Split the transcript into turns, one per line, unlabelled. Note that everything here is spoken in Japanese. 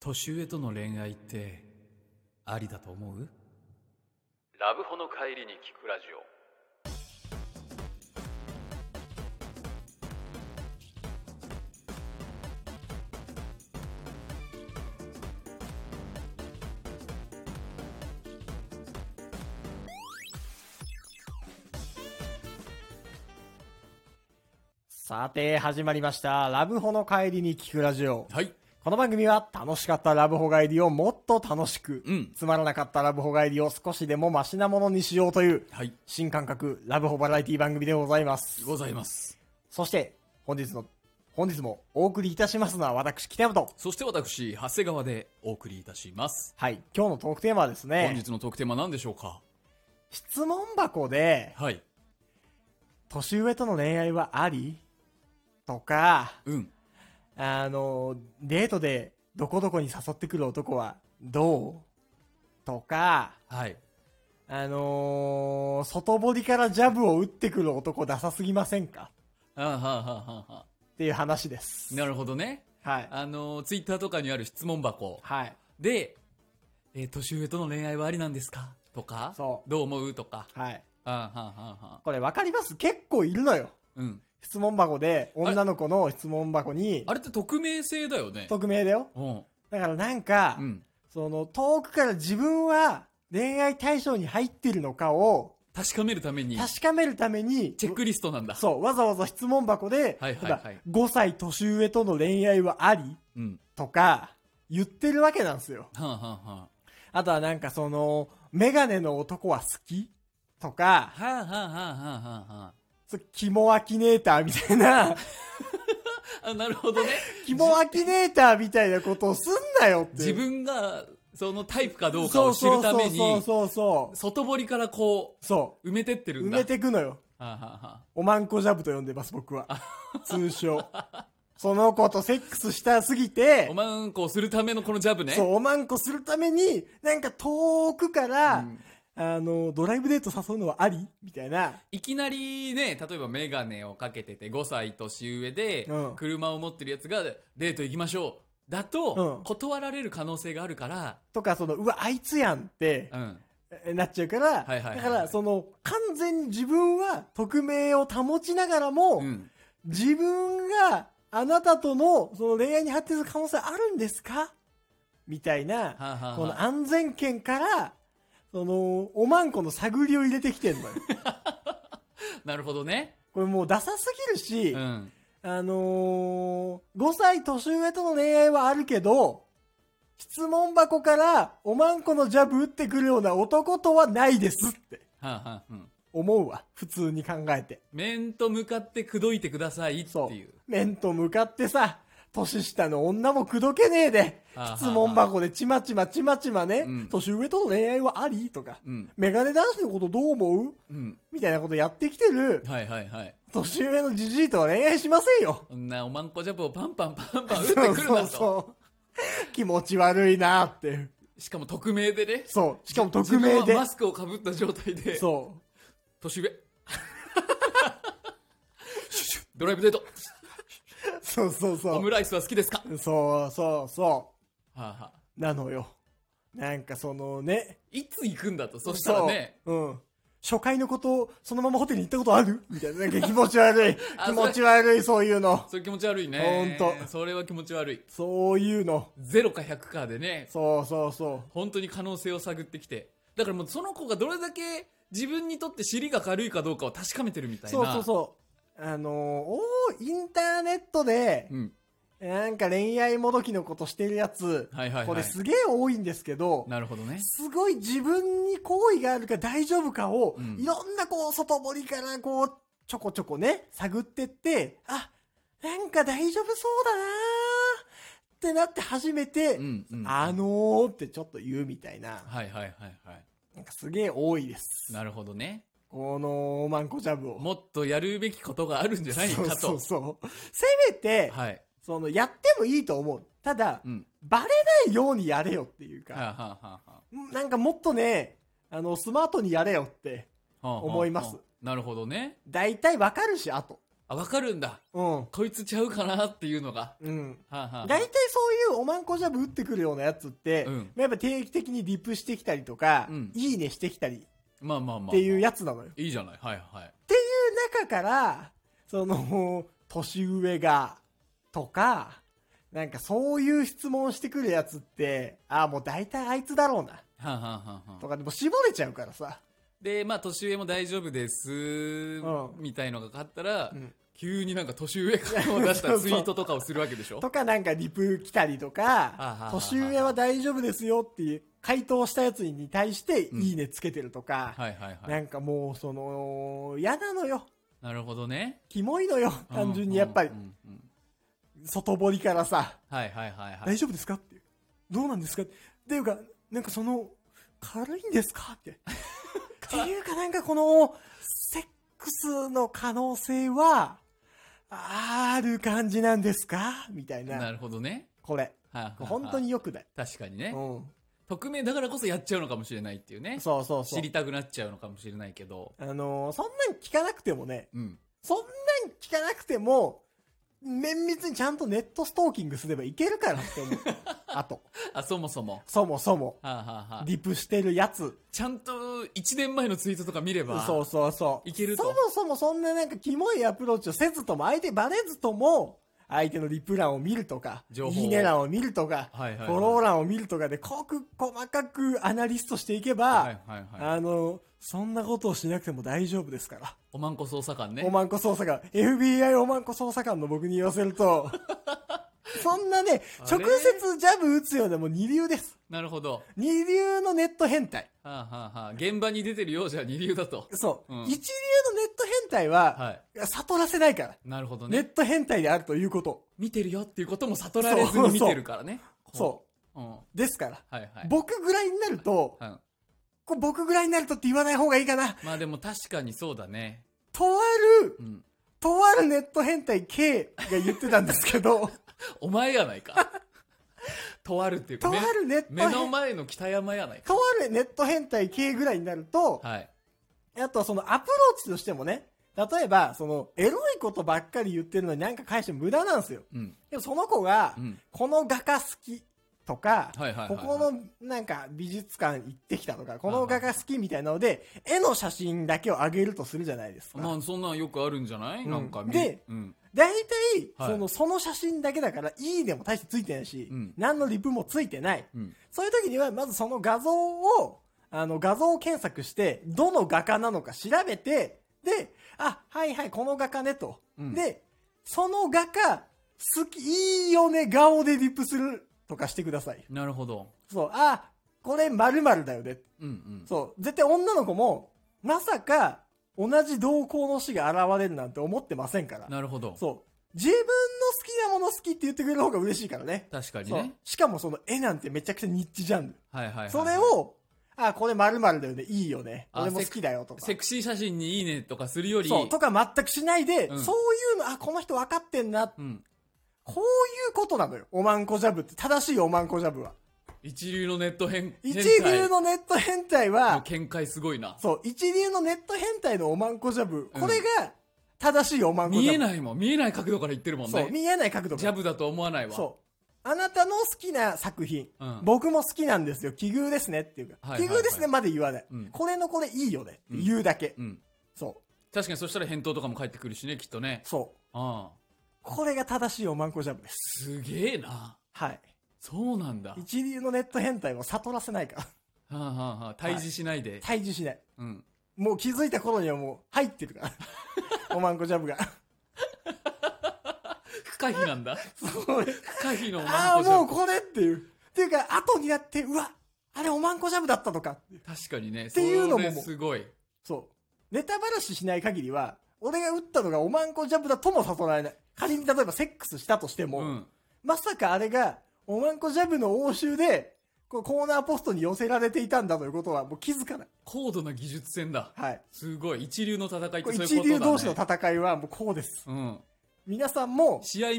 年上との恋愛ってありだと思う
ラブホの帰りに聞くラジオ
さて、始まりました。ラブホの帰りに聞くラジオ。
はい
この番組は楽しかったラブホ帰りをもっと楽しく、
うん
つまらなかったラブホ帰りを少しでもマシなものにしようという、
はい
新感覚ラブホバラエティ番組でございます。
ございます
そして、本日の、本日もお送りいたしますのは私、北山と。
そして私長谷川でお送りいたします、
はい、今日のトークテーマはです
本
ね、
日のトークテーマ何でしょうか
質問箱で、
はい
年上との恋愛はありとか、
うん
あの、デートでどこどこに誘ってくる男はどうとか、
はい
あのー外堀からジャブを打ってくる男ダサすぎませんか
あはあはあはあは
っていう話で
あ
す。
なるほどね
はい。
あのツイッターとかにある質問箱
はい。
で、えー年上との恋愛はありなんですかとか
そう
どう思うとか
はい。
あはあはあはあ
これわかります結構いるのよ。
うん
質問箱で、女の子の質問箱に
あ、れって匿名性だよね
匿名だよ。
うん
だからなんか、
うん
その、遠くから自分は恋愛対象に入ってるのかを
確かめるために
確かめるために、
チェックリストなんだ
そう、わざわざ質問箱で、
はいはいはい
例えば5歳年上との恋愛はあり
うん
とか、言ってるわけなんですよ。
はあはあはあ
あとはなんかその、メガネの男は好きとか、
はあはあはあはあはあは
そうキモアキネーターみたいな、
あ あなるほどね
キモアキネーターみたいなことをすんなよって。
自分がそのタイプかどうかを知るために
そうそうそうそうそう
外堀からこ
そう
埋めてってる
う。
ん
埋
だ
めてくのよ。
はあはあは
おまんこジャブと呼んでます、僕は。通称。その子とセックスしたすぎて
あお、まんこをするためのこのジャブね
そう、おまんこするために、なんか遠くから、あの、ドライブデート誘うのはありみたいな。
いきなりね、例えばメガネをかけてて5歳年上で
う、ん
車を持ってるやつがデート行きましょう。だと
う、ん
断られる可能性があるから、
とか、その、うわ、あいつやんって
う、ん。
えなっちゃうか
は
ら、
いはいはい
だから、その、完全に自分は匿名を保ちながらも、
うん。
自分があなたとの、その恋愛に発展する可能性あるんですかみたいな、
はあはあ
この
はあ
安全圏から、その、おまんこの探りを入れてきて んのよ。
なるほどね。
これもうダサすぎるし、
うん。
あのー、5歳年上との恋愛はあるけど、質問箱からおまんこのジャブ打ってくるような男とはないですって
はあはあうん。
思うわ。普通に考えて。
面と向かって口説いてくださいって
そう
いう。。
面と向かってさ、年下の女も口説けねえで
あー、
質問箱でちまちまちまちまね、
うん
年上との恋愛はありとか、
うん。
メガネ男子のことどう思う
うん。
みたいなことやってきてる、
はいはいはい。
年上のじじいとは恋愛しませんよ。
こんなおまんこジャブをパンパンパンパン打ってくるな
そう
と。
そう気持ち悪いなっていう。
しかも匿名でね。
そう。しかも匿名
自分
で
は。マスクをかぶった状態で。
そ
年上。 シュシュドライブデート。
う。そうそうそ
オム
う。
ライスは好きですか
そうそうそ
はあはあ
う。なのよ。なんかそのね。
いつ行くんだと、そしたらね。
そう。うん。初回のこと、そのままホテルに行ったことあるみたいな。なんか気持ち悪い
。あ
気持ち悪い、そういうの。
それ気持ち悪いね。
ほんと
それは気持ち悪い。
そういうの。
0か100かでね、
そうそうそ
本当に可能性を探ってきて。だからもうその子がどれだけ自分にとって尻が軽いかどうかを確かめてるみた
う。
いな。
そうそうそう。あのー、おーインターネットで、
うん。
なんか恋愛もどきのことしてるやつ、
はいはいはい
これすげえ多いんですけど、
なるほどね。
すごい自分に好意があるか大丈夫かを、
うん
いろんなこう、外堀からこう、ちょこちょこね、探ってって、あ、なんか大丈夫そうだなーってなって初めて、
うん、うん。
あのーってちょっと言うみたいな、
はいはいはいはい。
なんかすげえ多いです。
なるほどね。
この、おまんこジャブを。
もっとやるべきことがあるんじゃないかと。
そうそうそう。せめて、
はい。
その、やってもいいと思う。ただ、
うん。
バレないようにやれよっていう
はあ、
か、
はあはあはあ、
なんかもっとね、あの、スマートにやれよって、
はあはあ
思います
なるほどね。
大体わかるし、あと。
あ、わかるんだ。
うん。
こいつちゃうかなっていうのが。
うん。
はあ、はあ、
大体そういうおまんこジャブ打ってくるようなやつって、
うん
まあやっぱ定期的にリプしてきたりとか、
うん
いいねしてきたり
まあまあまあ。
っていう
や
やつなのよ。
いいじゃない。はいはい。
中から、その、 年上が、とか、なんかそういう質問してくるやつって、ああ、もう大体あいつだろうな、
はあ、はあはあはあ
とかでも絞れちゃうからさ。
で、まあ、年上も大丈夫です、
ん
みたいのが買ったら、
うん
急になんか年上からを出 したツイートとかをするわけでしょ
とかなんかリプ来たりとか
あ、
年上は大丈夫ですよっていう回答したやつに対して
うん
いいねつけてるとか、
はいはいは。
ないんかもうその、嫌なのよ。
なるほどね。
キモいのよ。単純にやっぱり
うん、うんうん
外堀からさ、
はいはいはいは
大
い。
丈夫ですかっていう。どうなんですかっていうか、なんかその、軽いんですか って。っていうかなんかこの、セックスの可能性は、ある感じなんですかみたいな。
なるほどね。
これ。
はいはいはい
本当によくない。
確かにね。
う
匿名だからこそやっちゃうのかもしれないっていうね
ん。。そうそうそう
知。りたくなっちゃうのかもしれないけど。
あのーそんなん聞かなくてもね、
うん。
そんなん聞かなくても、綿密にちゃんとネットストーキングすればいけるからって 思う。あと、
あ、そもそも。
そもそも、
はあ、はあはあ、
リプしてるやつ。
ちゃんと1年前のツイートとか見れば。
そうそうそう。
いけると
そもそもそんななんかキモいアプローチをせずとも、相手バレずとも、相手のリプ欄を見るとか、
情報を
いいね欄を見るとか、
はいはいはい
フォロー欄を見るとかで、濃く細かくアナリストしていけば、
はいはいはい。
あのー、そんなことをしなくても大丈夫ですから。
おまんこ捜査官ね。
おまんこ捜査官、FBI おまんこ捜査官の僕に言わせ ると、そんなね、
あれ
直接ジャブ打つようでも二流です。
なるほど。
二流のネット変態。
はあ、はあはあ、現場に出てるようじゃ二流だと。
そう。
うん
一流のネット変態 は、
はい。
悟らせないから、
なるほど
ネ
ね。
ット変態であるということ。
見てるよっていうことも悟られずに見てるからね。。
そう
うん。は
う。ですから。
いはい。
僕ぐらいになると、
うん
こう僕ぐらいになるとって言わない方がいいかな。
まあでも確かにそうだね。
とある
う、ん。
とあるネット変態 K が言ってたんですけど、
お前やない か。とあるっていうか、
と あ
め
るネット
目
変
の前の北山やないか。
とあるネット変態 K ぐらいになると、
はい。
あとはそのアプローチとしてもね、例えば、その、エロいことばっかり言ってるのになんか返しても無駄なんですよ。
うん。
でもその子が
う、ん。
この画家好きとか、
はいはいはい
こ
はい
このなんか美術館行ってきたとか、この画家好きみたいなので、絵の写真だけを上げるとするじゃないですか。
まあそんなんよくあるんじゃない、
うん
なんか見
で
うん。
大体、
はい
その、その写真だけだから、いいねも大してついてないし、
うん
何のリプもついてない。
うん。
そういう時には、まずその画像を、あの、画像検索して、どの画家なのか調べて、で、あ、はいはい、この画家ね、と。
うん
で、その画家、好き、いいよね、顔でリップするとかしてください。
なるほど。
そう、あ、これ〇〇だよね。
うんうん。
そう、絶対女の子も、まさか、同じ同行の死が現れるなんて思ってませんから。
なるほど。
そう。自分の好きなもの好きって言ってくれる方が嬉しいからね。
確かに
そう
ね。。
しかもその絵なんてめちゃくちゃニッチジャンル。
はいはいはい、はい。
それを、あ、これ〇〇だよね、いいよね、
あ
俺も好きだよとか
セ。クシー写真にいいねとかするより、
そう、とか全くしないで、
うん
そういうの、あ、この人分かってんな、
うん。
こういうことなのよ。おまんこジャブって、正しいおまんこジャブは。
一流のネット変
一
変態
流のネット変態
の
は、
見解すごいな。
そう、一流のネット変態のおまんこジャブ、
うん
これが、正しいおまんこジャ
見
ブ。
えないもん。見えない角度から言ってるもん
そう、
ね。
見えない角度
ジャブだと思わないわ。
そう。あなたの好きな作品、
うん
僕も好きなんですよ、奇遇ですねっていうか、
はいはいはい
奇遇ですねまで言わない、
うん
これのこれいいよねって言うだけ。
うん。
そう、
確かにそしたら返答とかも返ってくるしね、きっとね。
そう。
ああ。
これが正しいおまんこジャブです。
すげえな。
はい。
そうなんだ。は
一流のネット変態を悟らせないから。
あ、はあはあ、対峙しないで。
退治しない。
うん。
もう気づいた頃にはもう入ってる から。おまんこジャブが。
不可避なんだ。
そう
不可避の
あ
マ
あ、
ンコ
もう
じ
これっていう。っていうか、後になって、うわ、あれおまんこジャブだったとかっていう。
ゃん。確かにね。って
いうのも
すごい。
そう。ネタばらししない限りは、俺が打ったのがおまんこジャブだとも悟られない。仮に例えばセックスしたとして
う
も、
ん。
まさかあれが、おまんこジャブの応酬で、こうコーナーポストに寄せられていたんだということはもう気づかない。
高度な技術戦だ。
はい。
すごい。一流の戦いって
こ
そういう
れ
ことだ、ね。
一流同士の戦いはもうこうです。
うん。
皆さんも
試合見